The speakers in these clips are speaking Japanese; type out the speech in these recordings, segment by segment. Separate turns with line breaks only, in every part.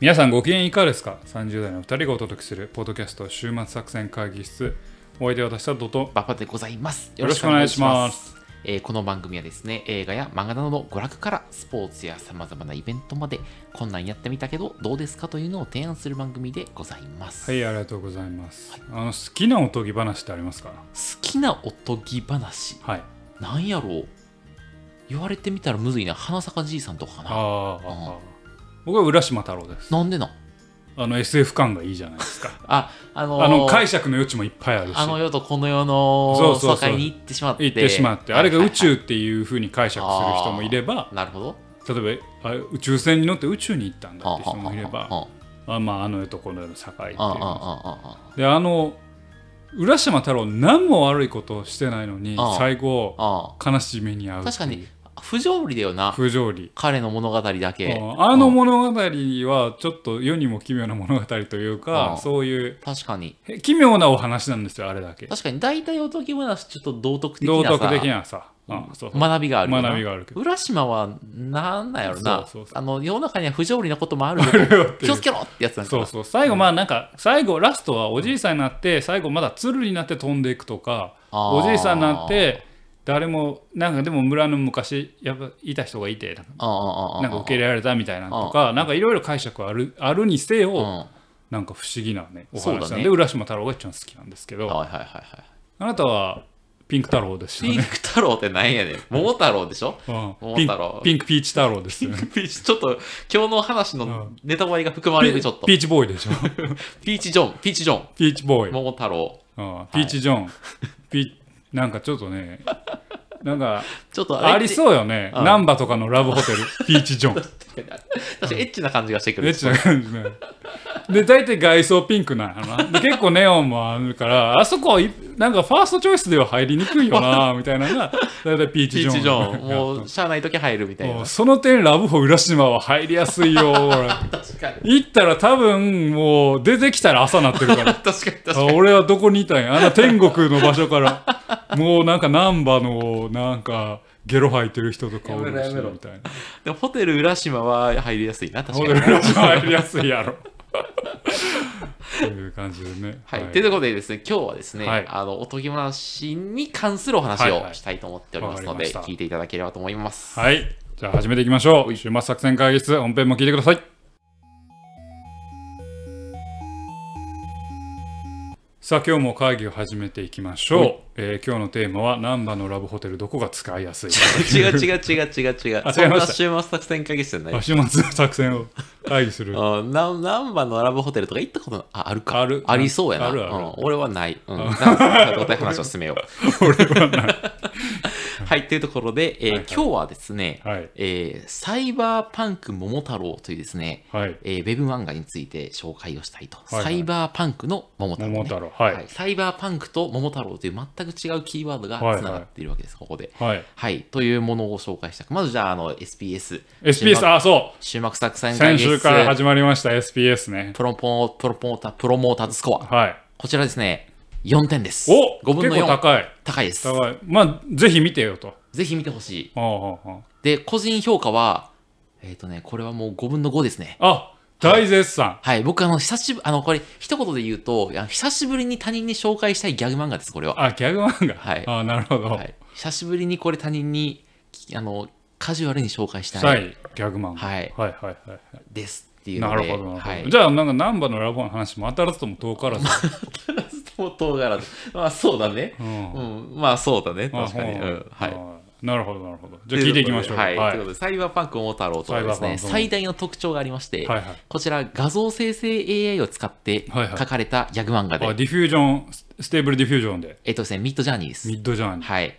皆さんご機嫌いかがですか ?30 代の2人がお届けするポッドキャスト週末作戦会議室お相手は私佐藤と
ババでございます。
よろしくお願いします。
えーこの番組はですね、映画や漫画などの娯楽からスポーツやさまざまなイベントまで、こんなんやってみたけど、どうですかというのを提案する番組でございます。
はいありがとうございます、あの好きなおとぎ話ってありますか
好きなおとぎ話、
はい
なんやろう言われてみたらむずいな、花坂じいさんとかかな。
あーあー僕は浦島太郎です
なんでな
あの SF 感がいいじゃないですか
あ、あのー
あの解釈の余地もいっぱいあるし
あの世とこの世の
そうそう
境
そう
に行ってしまって。
行ってしまってあれが宇宙っていう風に解釈する人もいれば
なるほど。
例えばあ宇宙船に乗って宇宙に行ったんだって人もいれ
うん
ばあまああの世とこの世の境っていう
うんうんうんうんうん
であの浦島太郎何も悪いことをしてないのに
ああ
最後
あ
悲しみに遭う
あ
っていう
確かに不条理だよな
不条理
彼の物語だけ
うんあの物語はちょっと世にも奇妙な物語という
あ
か
あ
そういう
確かに
へ奇妙なお話なんですよあれだけ
確かに大体おとぎ話ちょっと道徳的な
道
さ
徳的なさうんそうそう
学びがあるよな
学びがあるけど
浦島はなんなんやろな
そうそうそう
あの世の中には不条理なこともある
あるよってい
気
う
をつけろってやつなんか
そ
な
うそう最後まあなんか最後ラストはおじいさんになって最後まだ鶴になって飛んでいくとか
あ
お
ー
じいさんになって誰もなんかでも村の昔やっぱいた人がいてなんか
ああああ
なんか受け入れられたみたいなのとか、なんかいろいろ解釈あるあるにせよ、
うん
なんか不思議なね、お
そう
話
だ
なん
ね
で、浦島太郎が一番好きなんですけど、
はいはいはいはい
あなたはピンク太郎ですよ
ピン
ね。
ク太郎ってなんやねん 桃太郎でしょ
うん
桃
ピン
太
ク
郎
ピンクピーチ太郎です よね。
ちょっと今日の話のネタバレが含まれるちょっと
ピーチボーイで しょ。
ピーチジョンピーチジョン
ピーチボーイ。
桃太郎
うんピーチジョン。ピなんかちょっとね、なんか
ちょっと
ありそうよね。
うん
難波とかのラブ ホテル、ピーチジョン。
確かに確かにエッチな感じがしてくる
エッチな感じね。で、大体外装ピンクなんやろな。で、結構ネオンもあるから、あそこい、なんかファーストチョイスでは入りにくいよな、みたいなのが、大体ピーチ
ピ
ジョ
ー
ン。
チジョン、もう、しゃあない時入るみたい
も
な
う。その点、ラブホ浦島は入りやすいよ、俺。
確かに。
行ったら多分、もう、出てきたら朝なってるから。
確かに、確
あ
かに。
俺はどこにいたんやあの天国の場所からもうなんか難波のなんかゲロ吐いてる人とかおる
や
し
めろやめろ
みたいな
でもホテル浦島は入りやすいな、確
ホ
か
テ
に。
ルラジオ入りやすいやろ。という感じでね。
はい。ということでですね、今日はですね、
はい
あの、おとぎ話に関するお話
はいは
を
い
したいと思っておりますの
わかり
で、
ました
聞いていただければと思います。
はい。じゃあ始めていきましょう。週末作戦会議室、本編も聞いてください。さあ今日も会議を始めていきましょ
は
う
い。
えー今日のテーマは難波のラブホテルどこが使いやすいか
違う違う違う違う違う。
あ
そ
違い
ん
ま
な
した
週末作戦会議室じゃない。
週末作戦を会議する。
うん、な何番のラブホテルとか行ったことなああるか
ある
ありそうやな
あるある
うん、俺はない、うん、なんかお互い話を進めようはいというところで、えー
はいはい
今日はですね、
はい
えーサイバーパンク桃太郎というですね、
はい。
えーウェブ漫画について紹介をしたいと、
いはい
サイバーパンクの桃太郎、ね、
桃太郎。は
はい
い。
サイバーパンクと桃太郎という全く違うキーワードがつながっているわけです、ここで
はい。
はいというものを紹介したくまずじゃああの SPS
SPS、あ、そ
週末作
う。
戦
先
会議室
週から始まりました SPS ね。
プロポー、プロポータ、プロモーターズスコア。
はい。
こちらですね、4点です。
お
5分
結
の
構
4。
高い。
高いです。
高い。まあ、ぜひ見てよと。
ぜひ見てほしい。
ああああ
で、個人評価は、えっ、とね、これはもう5分の5ですね。
あ大絶賛。
はい、僕あの、久しぶり、あの、これ、一言で言うと、いや久しぶりに他人に紹介したいギャグ漫画です、これは。
あ、ギャグ漫画。
はい
あ、なるほど。
はい。久しぶりにこれ他人に、きあの、カジュアルに紹介し
は
たい
い、ギャグ漫画。
はい
はいはいはいはい
ですっていうの
な
で。
るほどなるほど。
はい。
じゃあ、なんか、難波のラボの話も当たらずとも遠から ず。
相当柄で まあ、そうだね。
うん
うん、まあ、そうだね。
あ
確かに。う
ほ
ん、はい。
い。なるほどなるほど。じゃあ、聞いていきましょう。
はい。
は
と
い
いうことで、サイバーパンク桃太郎とはで
サイバーパン
すね、
ク桃太郎
最大の特徴がありまして、
はいはい
こちら画像生成 AI を使って
はいはい
書かれたギャグ漫画で、
あディフュージョン、スステーブルディフュージョンで、
えっとですね、ミッドジャーニーです
ミ。ッドジャーニー。
はい。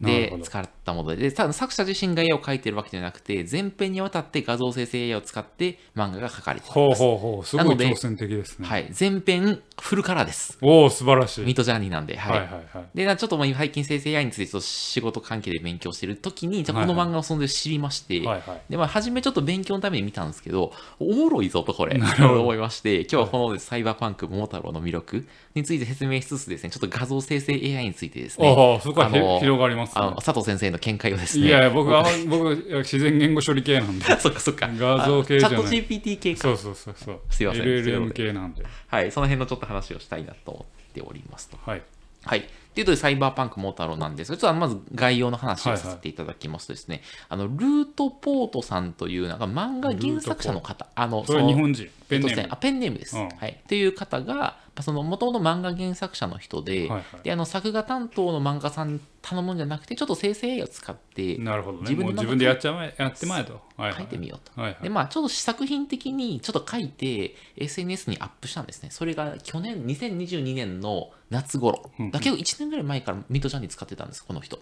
なる
で
ほど、
使ったもので、でただ作者自身が絵を描いてるわけじゃなくて、全編にわたって画像生成 AI を使って漫画が書かれてい
ほう
ます。
ほうほう、すごい
なので
挑戦的ですね。
はい。全編フルカラーです。
おお、素晴らし
ミッ
い。
ドジャーニーなんで、
はいはい
はい。
はい。
で、なちょっともう最近生成 AI についてちょっと仕事関係で勉強してるときに、じゃあこの
はいはい
漫画をそんで知りまして、
はいはい
で、まあ、初めちょっと勉強のために見たんですけど、おもろいぞとこれ、
なるほど
と思いまして、今日はこのサイバーパンク桃太郎の魅力について説明しつつですね、ちょっと画像生成 AI についてですね、
おお、そこはひ
あの
広がりますます
あの佐藤先生の見解をですね
いやいや僕は僕自然言語処理系なんで
そっかそっか
画像系じゃない
あチャット GPT 系か
そうそうそうそう
すいません
LLM 系なんで
はい、その辺のちょっと話をしたいなと思っておりますと。
はい
はい。ということで、サイバーパンクモータローなんですが、ちょっとまず概要の話をさせていただきますとですね、あの、ルートポートさんという、なんか漫画原作者の方、あの、
それは
の
日本人ペンネ
えっとです
ー
ね
ム
あペンネームです。
うん
はい、という方が、まあその元々漫画原作者の人で,、
はいはい
であの作画担当の漫画さんに頼むんじゃなくてちょっと生成 AI を使って
なるほどね
自分
もう
の中
自
で
分でやっちゃまえやってまえとはは
書いてみようと。
はいはい
でまあ、ちょっと試作品的にちょっと書いて SNS にアップしたんですね。それが去年2022年の夏頃
うんうん
だけど1年ぐらい前からミトジャーニー使ってたんですこの人。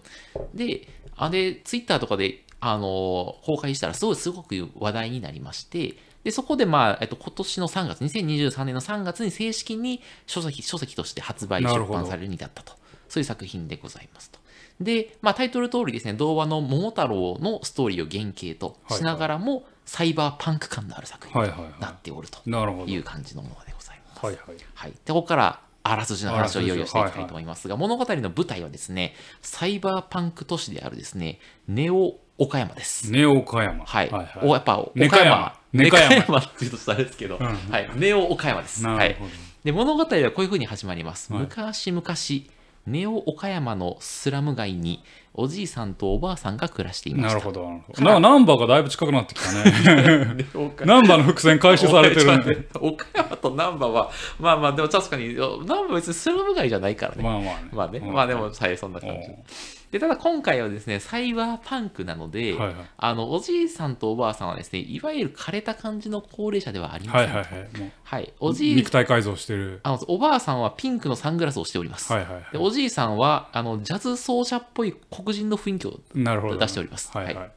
で、あれツイッターとかであのー公開したらすごいすごく話題になりまして。でそこで、まあえっと、今年の3月、2023年の3月に正式に書籍書籍として発売、
な
出
るほど
版されるようになったと、そういう作品でございますと。で、まあ、タイトル通りですね、童話の桃太郎のストーリーを原型としながらも、サイバーパンク感のある作品
はい
に
はいはい
なっておると
なるほど
いう感じのものでございます。
はいはい
はい、でここからあらすじの話をいよいよしてい
あ
き
らす
た
じ
いと思いますが、物語の舞台はですね、サイバーパンク都市であるですね、ネオ岡山です。
ネオ岡山
はい、
はい
お
は
やっぱ
ネ
岡
カヤ
山
マ、
ネ
ネ
カ
カヤマ
ヤマっていうとしたらあれですけど、
うん
はい、ネオ岡山です。
いな
は
る
い
ほど
で物語はこういうふうに始まります、
はい
昔々ネオ岡山のスラム街におじいさんとおばあさんが暮らしていま
な
し
る
た
ほどなるほどなナンバーがだいぶ近くなってきた ね
ネオ岡
ナンバーの伏線回収さ れてるんで
岡山と難波はまあまあでも確かに難波は別にスラム街じゃないからね
まあまあね
まあね、
うん
まあでも、はい、そんな感じ
うん。
で、ただ今回はですね、サイバーパンクなので、
はいはい
あの、おじいさんとおばあさんはですね、いわゆる枯れた感じの高齢者ではありま
は
せ
い
ん。
はいはいもう
はいおじい
肉体改造してる
あの、おばあさんはピンクのサングラスをしております。
はいはいはい
でおじいさんは、あの、ジャズ奏者っぽい黒人の雰囲気を。
なるほど
出しております
はいはい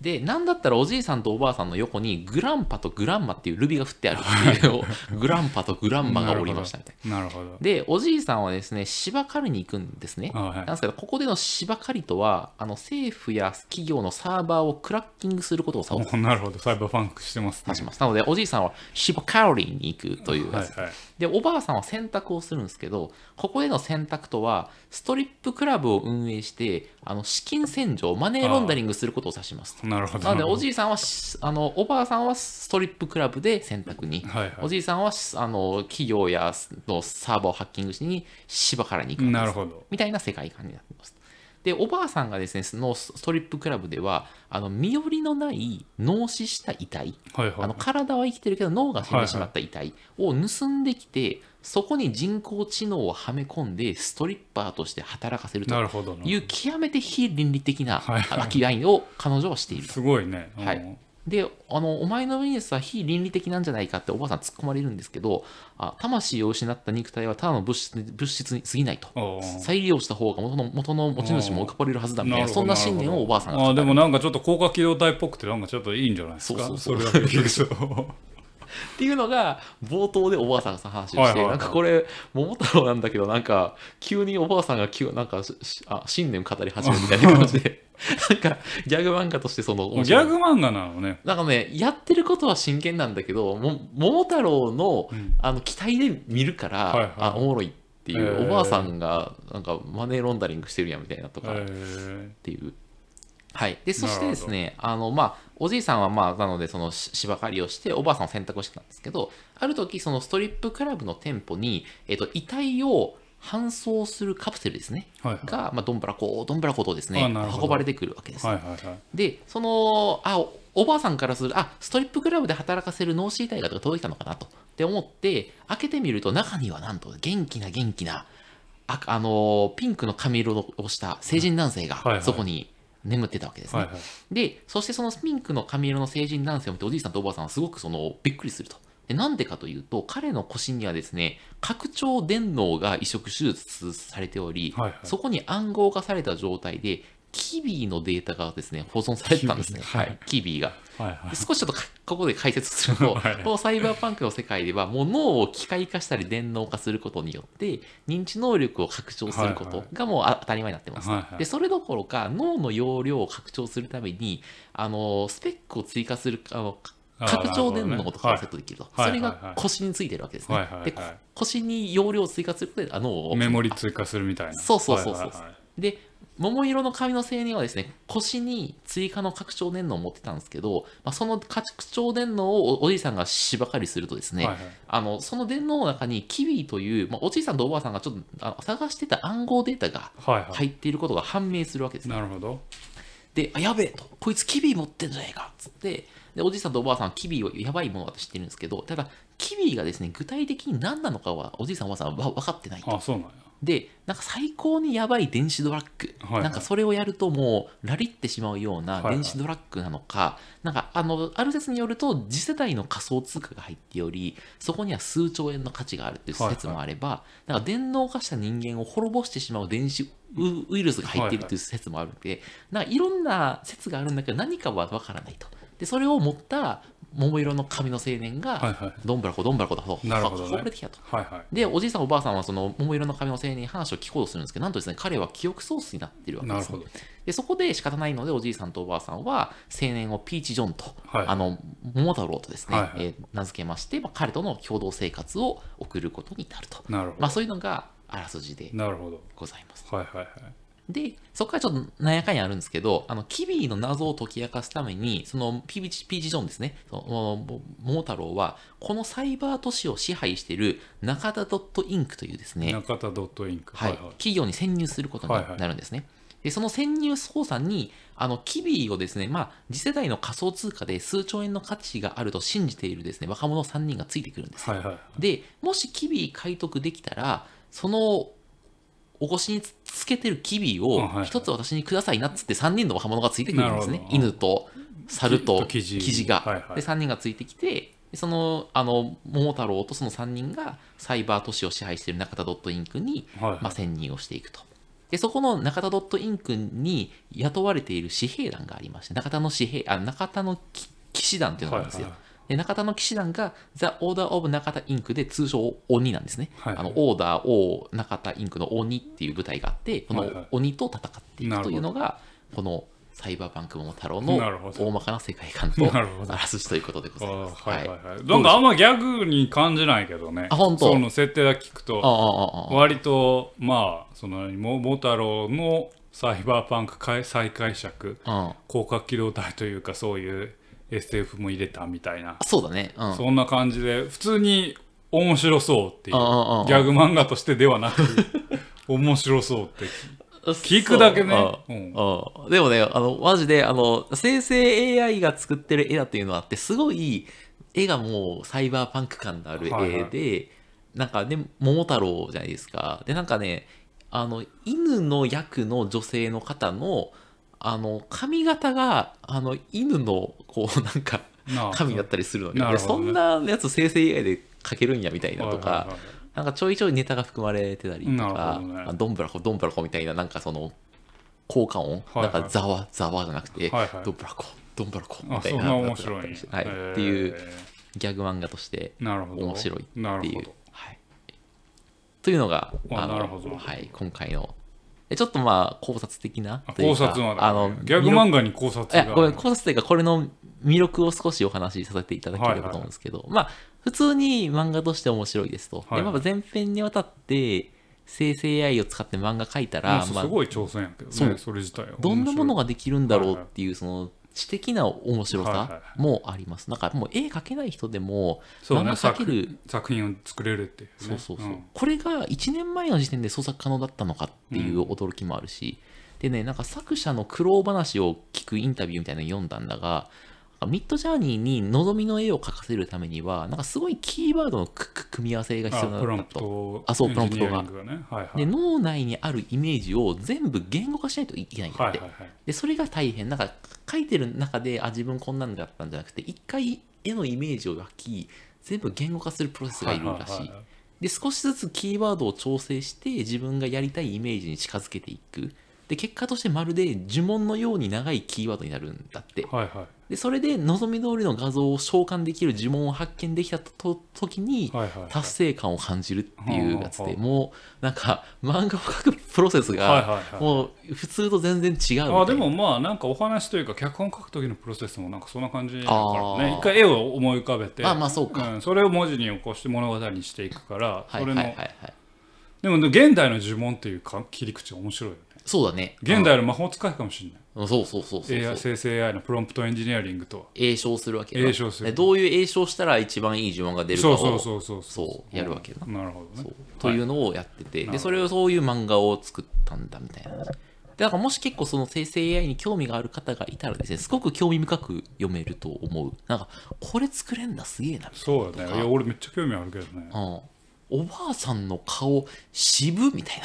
で、なんだったらおじいさんとおばあさんの横に、グランパとグランマっていうルビが振ってあるっていう、グランパとグランマがおりましたみたいな。
なるほど
で、おじいさんはですね、芝刈りに行くんですね。
あはい
なんですけど、ここでの芝刈りとは、あの政府や企業のサーバーをクラッキングすることを指
おなるほどサイバーファンクしてますね
します。なので、おじいさんは芝刈りに行くという
は
や
い
つ。
はい
で、おばあさんは洗濯をするんですけど、ここでの洗濯とは、ストリップクラブを運営して、あの資金洗浄、マネーロンダリングすることを指します。
なるほど
なので、おじいさんはし、あの、おばあさんはストリップクラブで洗濯に、
はいはい
おじいさんはし、あの、企業やのサーバーをハッキングしに、芝からに行くんです
なるほど
みたいな世界観になってます。で、おばあさんがですね、そのストリップクラブでは、あの、身寄りのない脳死した遺体、
はいはい
あの体は生きてるけど脳が死んでしまった遺体を盗んできて、そこに人工知能をはめ込んで、ストリッパーとして働かせると
なるほどな
いう極めて非倫理的な
はいはい
商いを彼女はしている。
すごいねうん
はいであのお前のビジネスは非倫理的なんじゃないかっておばあさん突っ込まれるんですけどあ魂を失った肉体はただの物質物質に過ぎないと
おう
再利用した方が元の元の持ち主も浮かばれるはずだみたい
な
な
るほど
そんな信念をおばあさんが
あでもなんかちょっと高架機動隊っぽくてなんかちょっといいんじゃないですか
そうそうそ
れだ
う
け聞く と
っていうのが冒頭でおばあさんがさ話をし
はい
て
はい
な
はい
んかこれ桃太郎なんだけどなんか急におばあさんが急なんかししあ信念を語り始めるみたいな感 じでなんかギャグ漫画としてその
ギャグ漫画なのね
なんかね、やってることは真剣なんだけど、も桃太郎の,、
うん
あの期待で見るから、
はいはい
あおもろいっていう、
へー
おばあさんがなんかマネーロンダリングしてるやんみたいなと
え
かっ
ー
ていう。はい、でそして
な
で
るほ
す
ど
ねあの、まあ、おじいさんは、まあ、なのでそのし芝刈りをしておばあさんを洗濯をしてたんですけどある時そのストリップクラブの店舗に、えっと遺体を搬送するカプセルですね、
はいはい
が、まあ、どんぶらこどんぶらことですね
あなるほど
運ばれてくるわけです
はいはいはい
でそのあおおばあさんからするあストリップクラブで働かせる脳死遺体が届いたのかなとって思って開けてみると中にはなんと元気な元気なああのーピンクの髪色をした成人男性
はいは
が
い
そこに眠ってたわけですね、
はいはい
でそしてそのピンクの髪色の成人男性を見ておじいさんとおばあさんはすごくそのびっくりするとでなんでかというと彼の腰にはですね拡張電脳が移植手術されており、
はいはい
そこに暗号化された状態でキビーのデータがですね保存されてたんですね、
キビー
は
はい
い、キビーが。
はいは
で
い
少しちょっとかここで解説する と、
はい
このサイバーパンクの世界では、もう脳を機械化したり電脳化することによって、認知能力を拡張するこ
はい
と
はい
がもうあ当たり前になってます。
はいはい
でそれどころか、脳の容量を拡張するために、あのスペックを追加する、あの
あー
拡張電
な
脳
るほど
と
ね
かをセットできると、
はい
それ
はいはいは
が
い
腰についてるわけですね。
はいはいはい
でこ腰に容量を追加することであ脳を
メモリ追加するみたいな
そうそうそうそう
はいはいはい
で桃色の髪の青年はですね、腰に追加の拡張電脳を持ってたんですけど、まあ、その拡張電脳をおおじいさんが芝刈りするとですね、
はいはい
あのその電脳の中にキビという、まあ、おじいさんとおばあさんがちょっとあの探してた暗号データが
はいはい
入っていることが判明するわけですね。
なるほど
で、あやべえと、こいつキビ持ってんじゃねえかっつって、でおじいさんとおばあさんはキビをやばいものだと知ってるんですけど、ただ、キビがですね、具体的に何なのかはおじいさんおばあさんは分かってないと。
あそうなんや
で、なんか最高にやばい電子ドラッグ、
はいはい
なんかそれをやるともうラリってしまうよう
は
ない
はい
電子ドラッグなのか、なんかあの、ある説によると、次世代の仮想通貨が入っており、そこには数兆円の価値があるっていう説もあれば、なんか電脳化した人間を滅ぼしてしまう電子ウウイルスが入っているという説もあるので、なんかいろんな説があるんだけど、何かはわからないと。で、それを持った桃色の髪の青年が、
はいはい
どんぶらこどんぶらこだと、
なるほどね
運ばれてきたと。
はいはい
で、おじいさんおばあさんはその桃色の髪の青年に話を聞こうとするんですけど、なんとですね、彼は記憶喪失になっているわけ
な
で
る
す
ほど
で、そこで仕方ないので、おじいさんとおばあさんは青年をピーチ・ジョンと、
はい
あの、桃太郎とですね、
はいはい
えー名付けまして、まあ、彼との共同生活を送ることになると。
なるほ
まあ、
ど
そういうのがあらすじで
なるほど
ございます。
はいはいはい
で、そこからちょっとなんやかんやあるんですけど、あの、キビの謎を解き明かすために、そのピーチ、ピーチジョンですね、そのも桃太郎は、このサイバー都市を支配している中田ドットインクというですね、
中田ドットインク
はい企業に潜入することに
はいはい
なるんですね。でその潜入操作に、あのキビをですね、まあ、次世代の仮想通貨で数兆円の価値があると信じているですね若者3人がついてくるんです。
はいはい
でもしキビ解読できたらそのお腰につつけてるキビ
うん
を
はいはい
一つ私にくださいなっつって3人の若者がついてくるんです
なる
ね
ほど
犬と猿と
き
キ
っとキジ
ジが、
はいはい
で3人がついてきてでそのあの桃太郎とその3人がサイバー都市を支配している中田ドットインクに、
はいはい
まあ、潜入をしていくと。でそこの中田ドットインクに雇われている私兵団がありまして中田の私兵あ中田の騎騎士団というのがあるんですよ、
はいは
で中田の騎士団がザ・オーダー・オブ・中田インクで通称鬼なんですね、
はい
あのオーダー・オー・中田インクの鬼っていう部隊があってこ
はいは
の
い
鬼と戦っていくというのがこのサイバーパンク桃太郎の
なるほど
大まかな世界観
なるほ
と
ど
あらすじということでご
あ
ざい
ー
ます。
はいはい
あ
はいなんかあんまギャグに感じないけどね
あほんと
その設定だけ聞くと
ああああ
割とまあそのも桃太郎のサイバーパンク解再解釈
あうん
広角機動隊というかそういう SF も入れたみたいな
あそうだね。うん。
そんな感じで普通に面白そうっていう
うんうんうん
ギャグ漫画としてではなく面白そう って聞くだけね
そう
うん
うんでもね、あの、マジで、あの、生成 AI が作ってる絵だっていうのがあって、すごい、絵がもうサイバーパンク感のある絵で、
はいは
なんかね、桃太郎じゃないですか。で、なんかね、あの、犬の役の女性の方の、あの、髪型が、あの、犬の、こう、なんか、
なあ
髪だったりするのに、
な
俺
るほ
そ
どね
んなやつ生成 AI で描けるんやみたいなとか、
はいはいはい
なんかちょいちょいネタが含まれてたりと
なる
か、
ほどね
あどんぶらこどんぶらこみたいな、なんかその、効果音、
いはい
なんかざわざわじゃなくて、
はいはい
どんぶらこどんぶらこみ
あ
たい
そん
な。
な面白いね、
はい、
へー
っていうギャグ漫画として
なるほど
面白いっていう。
なるほど
はい、というのが、
あ
あの
なるほど
はい、今回の。えちょっとまあ考察的な
あ
とい
考
うか
察なんだ、
あの
ギャグ
魅力
漫画に考察
いや
が
ごめん考察というかこれの魅力を少しお話しさせていただけ
はい
れ
はいは
ば
い
と思うんですけど、まあ普通に漫画として面白いですと、
はい
でまあ前編にわたって生成 AI を使って漫画描いた
ま
ら
あ、す
まあ、
ごい挑戦やけど
そ
ね
う
それ自体は
どんなもの
が
ができるんだろうっていうその知的な面白
はいはいは
さもあります、なんかもう絵描けない人でも
そう
漫
ね
画描ける
作作品を作れるっていう
そ
ね
うそうそう、
ん
これが1年前の時点で創作可能だったのかっていう驚きもあるし、でねなんか作者の苦労話を聞くインタビューみたいなの読んだんだがなんかミッドジャーニーに望みの絵を描かせるためにはなんかすごいキーワードのくく組み合わせが必要
あプ
な
ロン
んだ
プ
と。
ト
あそうプロンプトが
エンジニアリングねはいはい
で脳内にあるイメージを全部言語化しないといけないんだ
は
っ
い
て、
はいはい
でそれが大変なんか書いてる中であ自分こんなんだったんじゃなくて一回絵のイメージを湧き全部言語化するプロセスがいるらしい,、
はいはいはい
で少しずつキーワードを調整して自分がやりたいイメージに近づけていくで結果としてまるで呪文のように長いキーワードになるんだって
はいは
でそれで望み通りの画像を召喚できる呪文を発見できたとと時に
いはいはい
達成感を感じるっていうやつ
はい
で
はい
もうなんか漫画を描くプロセス
はいは
が
いはい
もう普通と全然違うみたいな
あでもまあなんかお話というか脚本書く時のプロセスもなんかそんな感じだからね
あー
一回絵を思い浮かべて
まあまあそうか
んそれを文字に起こして物語にしていくから
は
そ
いは
れ
い
の
はいはい
でも現代の呪文っていうか切り口が面白いよね
そうだね。
現代の魔法使いかもしれない
うん、そうそうそうそう
AI
そう。
生成 AI のプロンプトエンジニアリングとは
栄唱するわけだ
詠唱する
でどういう栄唱したら一番いい呪文が出るか
そ
を
うそうそうそう
そうやるわけだ
なるほど
そう
ね
というのをやってて、
なるほど
でそれをそういう漫画を作ったんだみたいな話でだからもし結構その生成 AI に興味がある方がいたらですねすごく興味深く読めると思うなんかこれ作れんだすげえなみたい
そうだ
と
ね
か
いや俺めっちゃ興味あるけどね
な、うんおばあさんの顔渋みたい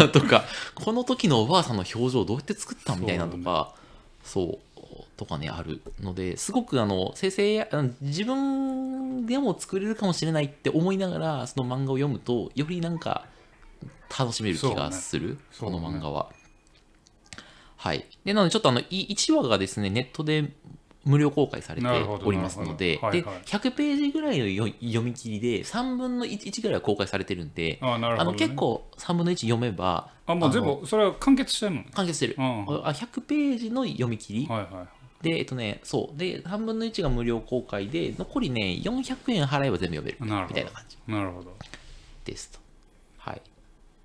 な とかこの時のおばあさんの表情どうやって作ったみたいなとかそう,、とかねあるのですごくあの生成 AI あの自分でも作れるかもしれないって思いながらその漫画を読むとよりなんか楽しめる気がする、
そ
こ
うね
の漫画は。はい、でなのでちょっとあの1話がですねネットで無料公開されて
なるほど
おりますので,、
なるほどはいはい
で100ページぐらいのよ読み切りで3分の 1, ぐらいは公開されてるんで
あなる
あ
ほどね
の結構3分の1読めば
あもう全
あの
部それは完結してんのね
完結してる、
うんは
あ100ページの読み切り
いは
でえっとねそうで3分の1が無料公開で残りね400円払えば全部読める
なるほど
みたいな感じ
いなるほど
ですと。はい。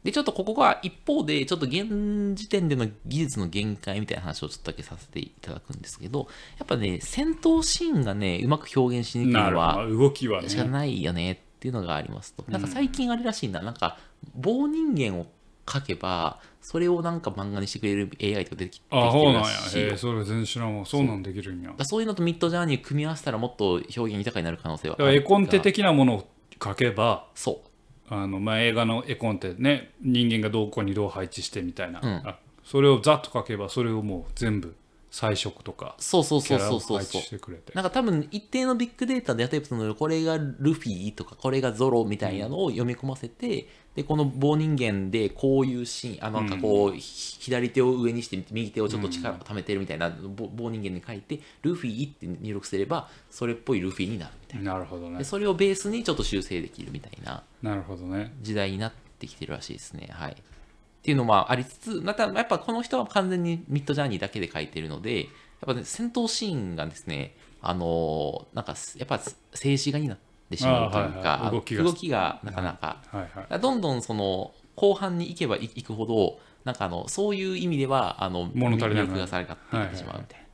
で、ちょっとここが一方で、ちょっと現時点での技術の限界みたいな話をちょっとだけさせていただくんですけど、やっぱね、戦闘シーンがね、うまく表現しにくい
なる
のは
ほ、ど動きは
しか
ね
ないよねっていうのがありますと。なんか最近あれらしいな、なんか棒人間を描けば、それをなんか漫画にしてくれる AI とか出てき出て
あ
きて
そう
る
なん
ら
や
しい
へ
よ。
えそれ全然知らんわそうなんできるんや
だからそういうのとミッドジャーニーを組み合わせたらもっと表現豊かになる可能性は
だから絵コンテ。的なものを書けば
そ
あのまあ映画の絵コンテね人間がどこにどう配置してみたいな、
うん
あそれをざっと書けばそれをもう全部彩色とか
う。そうそう
キ
そう
ャラ
そ
を
うそ
配
う
置
そう
し。てくれて
なんか多分一定のビッグデータで例えばそのこれがルフィとかこれがゾロみたいなのを読み込ませて、でこの棒人間でこういうシーンあなんかこう、ひ左手を上にして右手をちょっと力を貯めてるみたいな、棒棒人間に書いてルフィって入力すればそれっぽいルフィになるみたい
なるほど
な
ね
でそれをベースにちょっと修正できるみたいな
なるほどね
時代になってきてるらしいですねはいっていうのもありつつまたやっぱこの人は完全にミッドジャーニーだけで書いてるのでやっぱ、ね、戦闘シーンがですねあのーなんかやっぱ静止画になってしまうというか、
あーはいはい動きが
なかなか、
はいはい
どんどんその後半に行けばい行くほどなんかあのそういう意味ではあの
物足りなくなる
魅力がされなくなってしまうみたいな。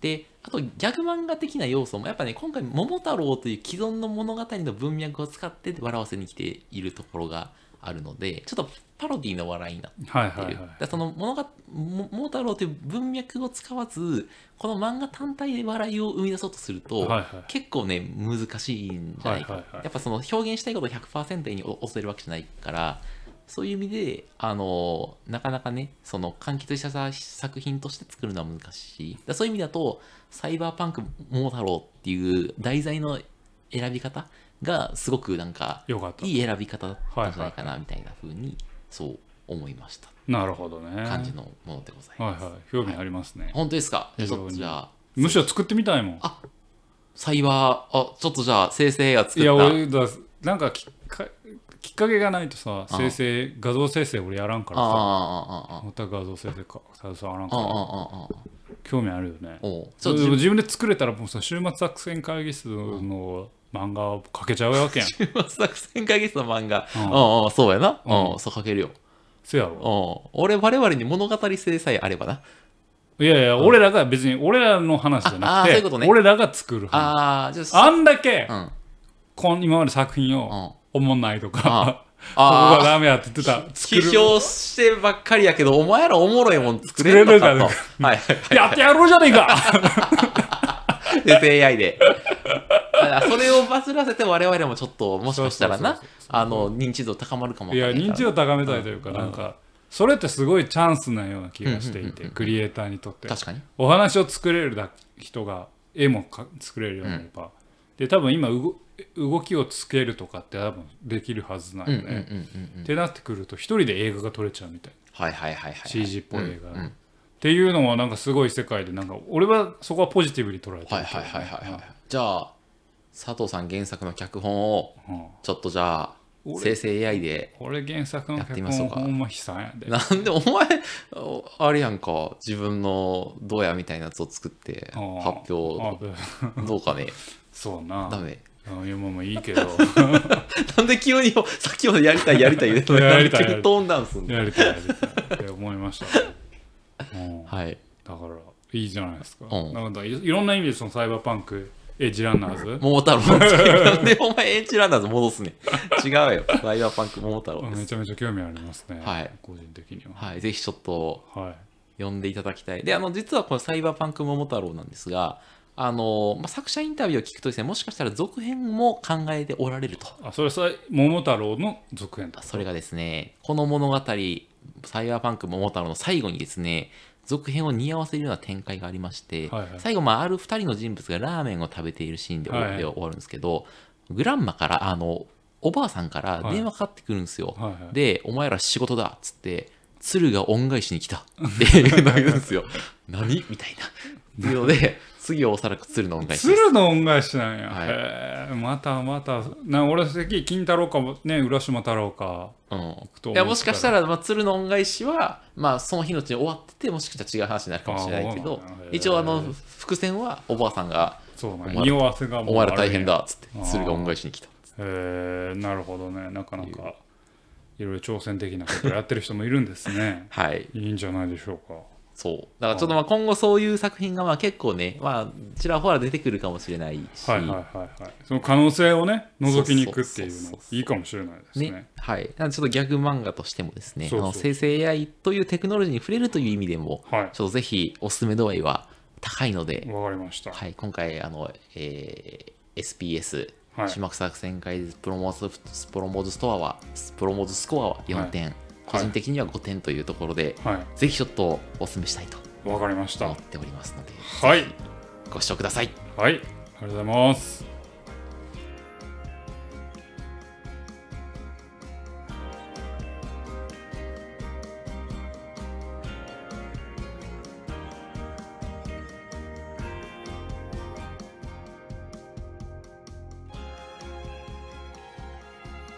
であとギャグ漫画的な要素もやっぱね今回「桃太郎」という既存の物語の文脈を使って笑わせに来ているところがあるのでちょっとパロディの笑いになって
はい
って
はい
る、
は
だからその物がも桃太郎という文脈を使わずこの漫画単体で笑いを生み出そうとすると、
はいはい
結構ね難しいんじゃないか、
はいはいはい
やっぱその表現したいことを100%に押せるわけじゃないからそういう意味であのなかなかねその完結したさ作品として作るのは難しいだからそういう意味だと「サイバーパンク桃太郎」っていう題材の選び方がすごくなんか
いよかった
いい選び方だったんじゃないかなみたいな風にそう思いました
なるほどね
感じのものでござい
は
ま
い
す。
はい興味ありますね、
本当ですかじゃあちょっ
非
と
常に
じゃあ
むしろ作ってみたいもん
サイバーあちょっとじゃあ生成 AI が作
いや
っ
俺だなんかきっかきっかけがないとさ
あ
生成画像生成俺やらんか
たあ
ら
あ
さ
ああああ
また画像生成か携わらん
あ
か
ああ
ら
あああ
興味あるよね
おうち
そ
ょっ
う
と
でも
自分
自分で作れたらもうさ週末作戦会議室の漫画をかけちゃうわけ やん
の作戦会議室の漫画
う
うんんうんそうやな
うん
うんそう書けるよ
せや
う
ろ
ん俺我々に物語性さえあればない
やいや俺らが別に俺らの話じゃ
あ
な
あーそういう
く
こと
て
ね
俺らが作る話
ああじゃあ
あんだけ
うんうん
こん今まで作品を
あ
おもんないとか ここ
あ
がダメやって言ってた作
批
る
評してばっかりやけど、お前らおもろいもん作れ
れ
るの
る
か
か
と。
ね
はいはいはい。
やってやろうじゃねえ か
生成 AI で。あそれをバズらせて我々もちょっと、もしかしたら
そ
な
うそうそう、
あの、認知度高まるかもわ
い
かんな
や
いから
認知を高めたいというかなんかそれってすごいチャンスなような気がしていてクリエイターにとって
確かに。
お話を作れるだ人が絵もか作れるようになれば、で多分今うご動きをつけるとかって多分できるはずなん
うん
よ
うん
ね、
うんうんうん。
ってなってくると一人で映画が撮れちゃうみたいな
はいはいはいはい。
CG っぽい映画、
うんうん
っていうのはなんかすごい世界でなんか俺はそこはポジティブに捉えて
はい
るけ
は
ど
い
ね
はいはいはい。じゃあ、佐藤さん原作の脚本を、
うん
ちょっとじゃあ、
俺
生成 AI で。
俺原作の
やって
脚
みましょう
本
か
ほんま悲惨やで
なんでお前、おあれやんか、自分のどうやみたいなやつを作って、
うん
発表、
あ
どうかね。
そうな
ダメ。
うんいやまあまあいい けど
なんで急にさっきまでやりたいやりたい言うてたの に
や
な
り
んで
たい
急にトーンダウンすんの
やりたいやりたいいやもう思いました、うん
はい。
だからいいじゃないですか,、
うん
なんかいいろんな意味でそのサイバーパンクエッジランナーズ、
桃太郎の次なんでお前エンチランナーズ戻すね。違うよ。サイバーパンク桃太郎で
め
す。
ちゃめちゃ興味ありますね、
はい
個人的には
はい。ぜひちょっと
はい
読んでいただきたい。で、あの、実はこのサイバーパンク桃太郎なんですが、あの、まあ、作者インタビューを聞くとですね、もしかしたら続編も考えておられると。
あそれさ桃太郎の続編だ
それがですね、この物語、サイバーパンク桃太郎の最後にですね、続編を似合わせるような展開がありまして、
はいはい
最後、まあ、ある2人の人物がラーメンを食べているシーンで終わ,、
はいはい
終わるんですけど、グランマから、あの、おばあさんから電話かかってくるんですよ。
はいはい
で、お前ら仕事だっつって、鶴が恩返しに来たって言うんで すよ。何みたいな。っていうので、次はおそらく鶴の恩返しです。
鶴の恩返しなんや、
はい
へえまたまたな俺関金太郎かもね浦島太郎か
う
と
ん
思っ
い
たら
やもしかしたら、まあ、鶴の恩返しは、まあ、その日のうちに終わっててもしかしたら違う話になるかもしれないけど
あそうなんだ
一応あの
へえ
伏線はおばあさんが
そうなん
お
や
前ら
匂わせが
「
もう
お前ら大変だ」っつって
あー
鶴が恩返しに来た
あるんやへえなるほどねなかなかいろいろ挑戦的なことやってる人もいるんですね
はい
いいんじゃないでしょうか
そうだからちょっとまあ今後そういう作品がまあ結構ね、まあ、ちらほら出てくるかもしれないし、
はいはいはいはいその可能性をね覗きに行くっていう
そうそうそう
の
そう
いいかもしれないですね
ねはい、なんでちょっとギャグ漫画としてもですね
そうそう
あの生成 AI というテクノロジーに触れるという意味でも、
はい
ちょっとぜひおすすめ度合いは高いので、
わかりましたは
はい、今回あの、えー SPS
はい
種目作戦会でプロモーズスプロモーズストアはプロモーズスコアは4点、個人的には5点というところで、
い
ぜひちょっとお勧めしたいと
わかりました
思
は
っておりますので
い
ご視聴ください。
はいありがとうございます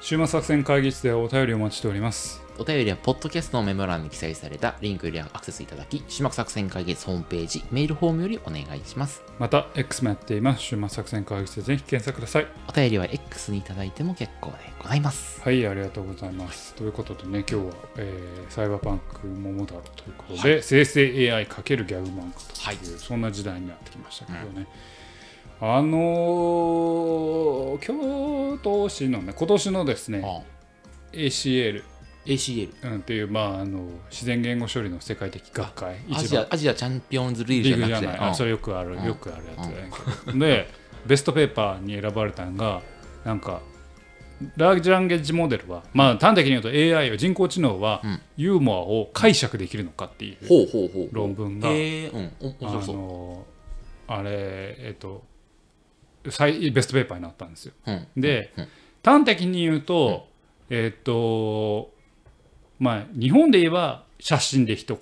週末作戦会議室ではお便りをお待ちしております
お便りはポッドキャストのメモ欄に記載されたリンクよりアクセスいただき種目作戦会議室ホームページメールフォームよりお願いします。
また X もやっています週末作戦会議室でぜひ検索ください
お便りは X にいただいても結構でございます。
はい、ありがとうございます。ということでね、今日は、えーサイバーパンク桃太郎ということで、生成 AI× かけるギャグ漫画という、
はい
そんな時代になってきましたけどね。あのー、京都市のね、今年のですね、
あ
ACL、
ACL
うん、っていう、まああの、自然言語処理の世界的学会、
ア
一
ジ
番
アアジアチャンピオンズリーグ
リー
じ
グ
ゃ
じ
な
ゃ
くて
ない、
う
あ
ん
それよくある、よくあるやつだね、で、ベストペーパーに選ばれたのが、なんか、ラージランゲージモデルは、まあ、端的に言うと AI を人工知能は
うん
ユーモアを解釈できるのかっていう
ほうほうほう
論文が、
へえうんお面
あ
白そう
のあれえっと最ベストペーパーになったんですよ。
うん
で、
うん
端的に言うと、えっとまあ日本で言えば写真で一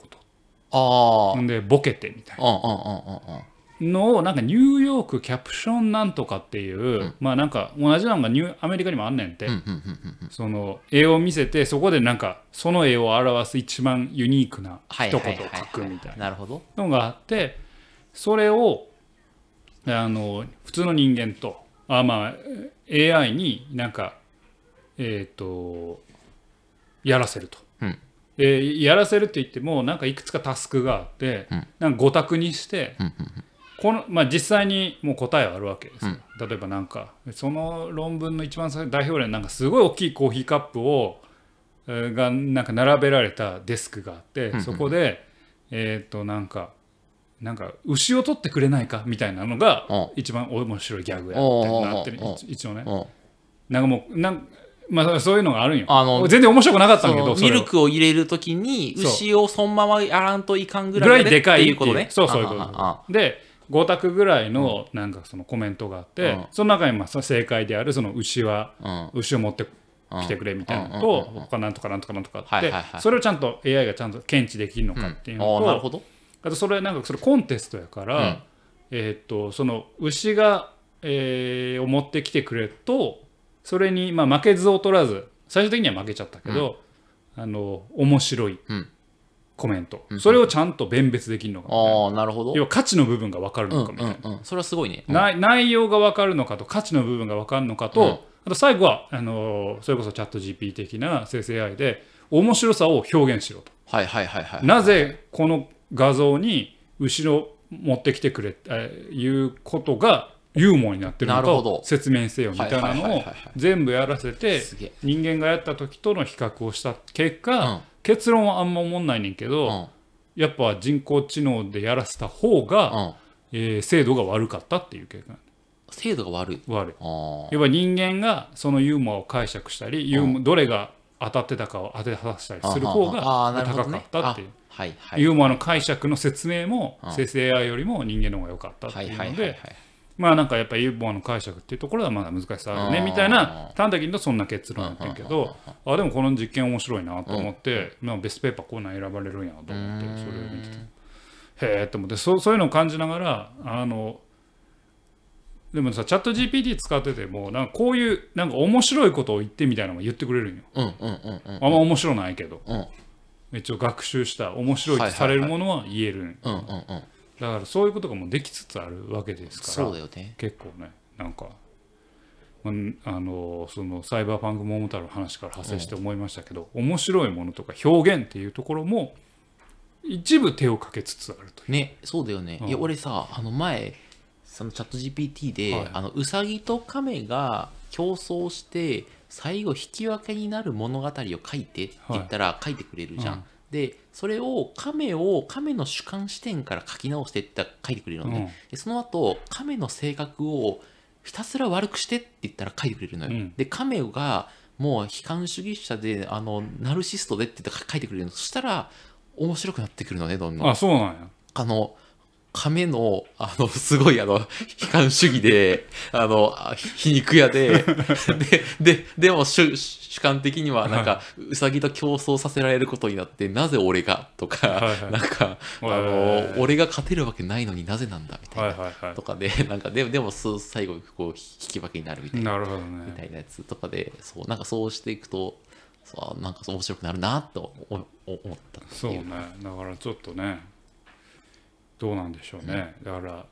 ああ
言でボケてみたいな。
うんうんうんうんうん
のをなんかニューヨークキャプションなんとかっていう、まあなんか同じのがニューアメリカにもあんねんて、
うんうんうんうんうん
その絵を見せてそこでなんかその絵を表す一番ユニークな
はい
一
は
言
い
を
はいはい
書くみたいな
なるほど
のがあってそれをあの普通の人間とあまあ AI になんかえっ、とやらせると、
うん
えーやらせるって言ってもなんかいくつかタスクがあって、
うん
なんか5択にして、
うんうん
このまあ、実際にもう答えはあるわけですよ、例えばなんかその論文の一番最初代表例になんかすごい大きいコーヒーカップをえーがなんか並べられたデスクがあって、
んうん
そこでえーっ、となんかなんか牛を取ってくれないかみたいなのが
うん
一番面白いギャグや
お
っ
うおうおう
てなってる
おう
一一応ね
うん
なんかもうなんまあそういうのがあるんよ
あの
全然面白くなかったんだ
そ
けど
の
そ
ミ
れは
ルクを入れるときに
そう
牛をそのままやらんといかん
ぐ
ぐら
ら
い
い
で
で
って
かい
いうことね
そうそういう
あ
こ
あああ
とで5択ぐらいのなんかそのコメントがあって、
うん
その中にまあその正解であるその牛は
あ
牛を持って
うん
きてくれみたいなの
うん
と
うんうんうん
他なんとかなんとかなんとかあ
は
っ
い
て
はいはい
それをちゃんと AI がちゃんと検知できるのかっていう
うんああなる
の
ほ
と
ど
あとそれなんかそれコンテストやか
うん
らえーっとその牛がえーを持ってきてくれるとそれにまあ負けず劣らず最終的には負けちゃったけどあの面白い
うん
コメント
うん
それをちゃんと弁別できるのかみたいな
ああなるほど
要は価値の部分が分かる
うん
の
う
か
ん
みたいな,、
うんそれはすごいねうん
内内容が分かるのかと価値の部分が分かるのかと、
うん
あと最後はあのーそれこそチャット GP 的な生成 AI で面白さを表現しろと。
はいはいはいはい。
なぜこの画像に後ろ持ってきてくれえーいうことがユーモアになってるの
な
か
るほど
を説明せよみたいな
はいはい
の
はい
を
はいはい
全部やらせて
すげえ
人間がやった時との比較をした結果、
うん
結論はあんま思んないねんけ
う
ど、
んうん
やっぱ人工知能でやらせた方が、えー精度が悪かったっていう結果
精度が悪い。
悪い。
あー
要は人間がそのユーモアを解釈したり、ユーモどれが当たってたかを当てはしたりする方
あ
が
ーなるほ
高
ど
か
ね
ったっていう。
あはいはい。
ユーモアの解釈の説明も
うん
生成 AI よりも人間の方が良かったって
はいいうはい
の
はいはい
で。まあなんかやっぱユーモアの解釈っていうところはまだ難しさあるね
うん
みたいな端的に言うとそんな結論やってんけどあでもこの実験面白いなと思ってまあベストペーパーこんなん選ばれるんやと思ってそれを見ててへえと思ってそうそういうのを感じながらあのでもさチャット GPT 使っててもなんかこういうなんか面白いことを言ってみたいなのも言ってくれるんよ
うんうんうんうん
あんま面白ないけど
うん
一応学習した面白いとされるものは言えるんよ
うんうんうん。
だからそういうことがもうできつつあるわけですから
そうだよね。
結構ねなんか、うん、あのそのサイバーパンク桃太郎の話から派生して思いましたけど、面白いものとか表現っていうところも一部手をかけつつあるという。
ね、そうだよね。
うん
いや、俺さ、あの前、そのチャット GPT で、
はい
あのウサギとカメが競争して、最後引き分けになる物語を書いてって言ったら書いてくれるじゃん。
うん
で、それを亀を亀の主観視点から書き直してって言ったら書いてくれるのね。
うん
でその後亀の性格をひたすら悪くしてって言ったら書いてくれるのよ。
うん
で亀がもう悲観主義者であのナルシストでって言って書いてくれるの。そしたら面白くなってくるのね、どんどん。
あそうなんや。
あの、亀の、あの、すごい、あの、悲観主義で、 あの、あ皮肉屋で、 で、で、でも主、主観的には、なんか、うさぎと競争させられることになって、なぜ俺がとか、
はいはい
なん
へ
か、あ
ー
の、俺が勝てるわけないのになぜなんだみたいな、
はいはいは
とかで、なんか、ででも、そう最後、こう、引き分けになるみた
い。
いな、
なるほど
みた
ね。
いなやつとかで、そう、なんかそうしていくと、そうなんかそう面白くなるなと思思ったっていう。
そうね。だからちょっとねどうなんでしょうね。だから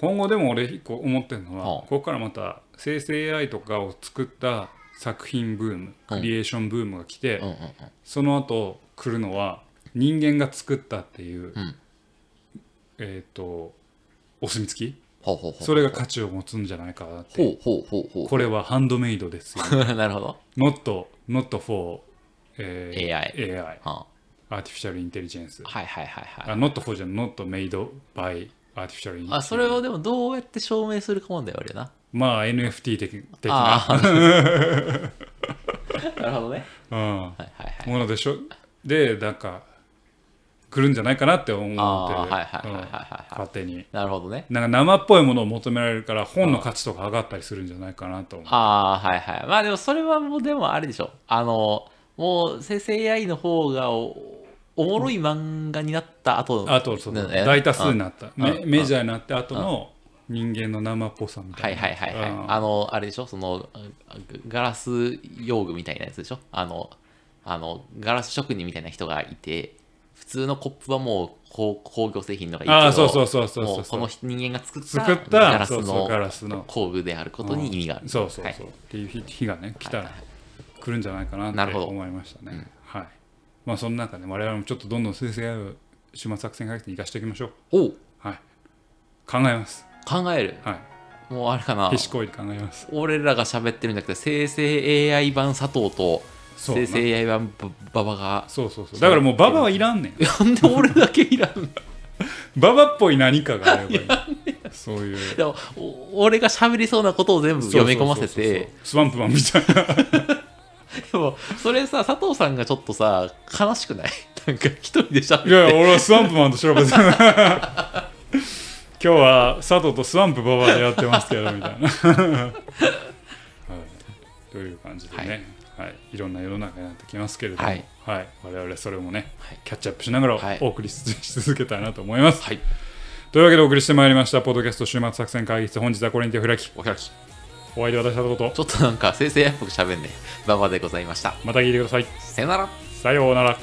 今後でも俺一個思ってるのは、
う
こ
ん
こからまた生成 AI とかを作った作品ブームクリエーションブームが来て、
うんうんうん。
その後来るのは人間が作ったっていう、
うん
えっ、とお墨付き
ほうほうほう。
それが価値を持つんじゃないかなって
ほうほうほうほう。
これはハンドメイド ですよ
なるほど。
not not for、え
AI
AI
は
アーティフィシャルインテリジェンス
あ、はいはいはい
あ
はい。
not for じゃん not made by アーティフィシャルインテリジェン
あ、
ス
それをでもどうやって証明するか問題はあるよな。
まあ NFT 的的な、
ああ。 なるほどね。
うん、も
はいはいはい。
のでしょでなんか来るんじゃないかなって思ってる、
あーはいはいはいはいはい
うん勝手に
なるほどね。
なんか生っぽいものを求められるから本の価値とか上がったりするんじゃないかなと思う。
ああ、はいはい。まあでもそれはもうでもあれでしょ。あの、もう生成 AI の方がおおもろい漫画になった後
あとその
ね
大多数になった、
うん
メ
うん
メジャーになって後の人間の生っぽさみた
はいい
な。
はいはいはい。
うん
あの、あれでしょその、あガラス用具みたいなやつでしょあの、あの、ガラス職人みたいな人がいて、普通のコップはもう工工業製品のがいいけど、
ああそうそうそうそうそう
もこの人間が作った
作った
ガラスの
そうそうガラスの
工具であることに意味がある。
そうそうそう、
はい
っていう日日がね来た
は
ら
いはい
来るんじゃないかな
な
っ
る
て
ほど
思いましたね。はい。まあその中で我々もちょっとどんどん生成 AI を終末作戦会議に生かしていきましょう。
おう
はい。考えます。
考える。
はい。
もうあれかな
必。死こいで考えます。
俺らが喋ってるんじゃなくて、生成 AI 版佐藤と、
そう
生
な、
成 AI 版ババが
そうそうそう。だからもうババはいらんねん。
なんで俺だけいらんの
ババっぽい何かがあればいい。そういう。
でもお 俺が喋りそうなことを全部読み込ませて
そうそうそうそうスワンプマンみたいな
でもそれさ佐藤さんがちょっとさ悲しくない なんか一人で喋って
いやいや俺はスワンプマンと調べて今日は佐藤とスワンプババアでやってますけどみたいな、はい、という感じでね、はいい、ろんな世の中になってきますけれども、は
はいい
我々それもね、
はい
キャッチアップしながら
はい
お送りし続けたいなと思います、
はい
というわけでお送りしてまいりましたポッドキャスト週末作戦会議室本日はこれにて開き
お開きち
お相手は私佐藤と
ょっとなんか生成 AI っぽく喋んねババでございました
また聞いてください
さよなら
さようなら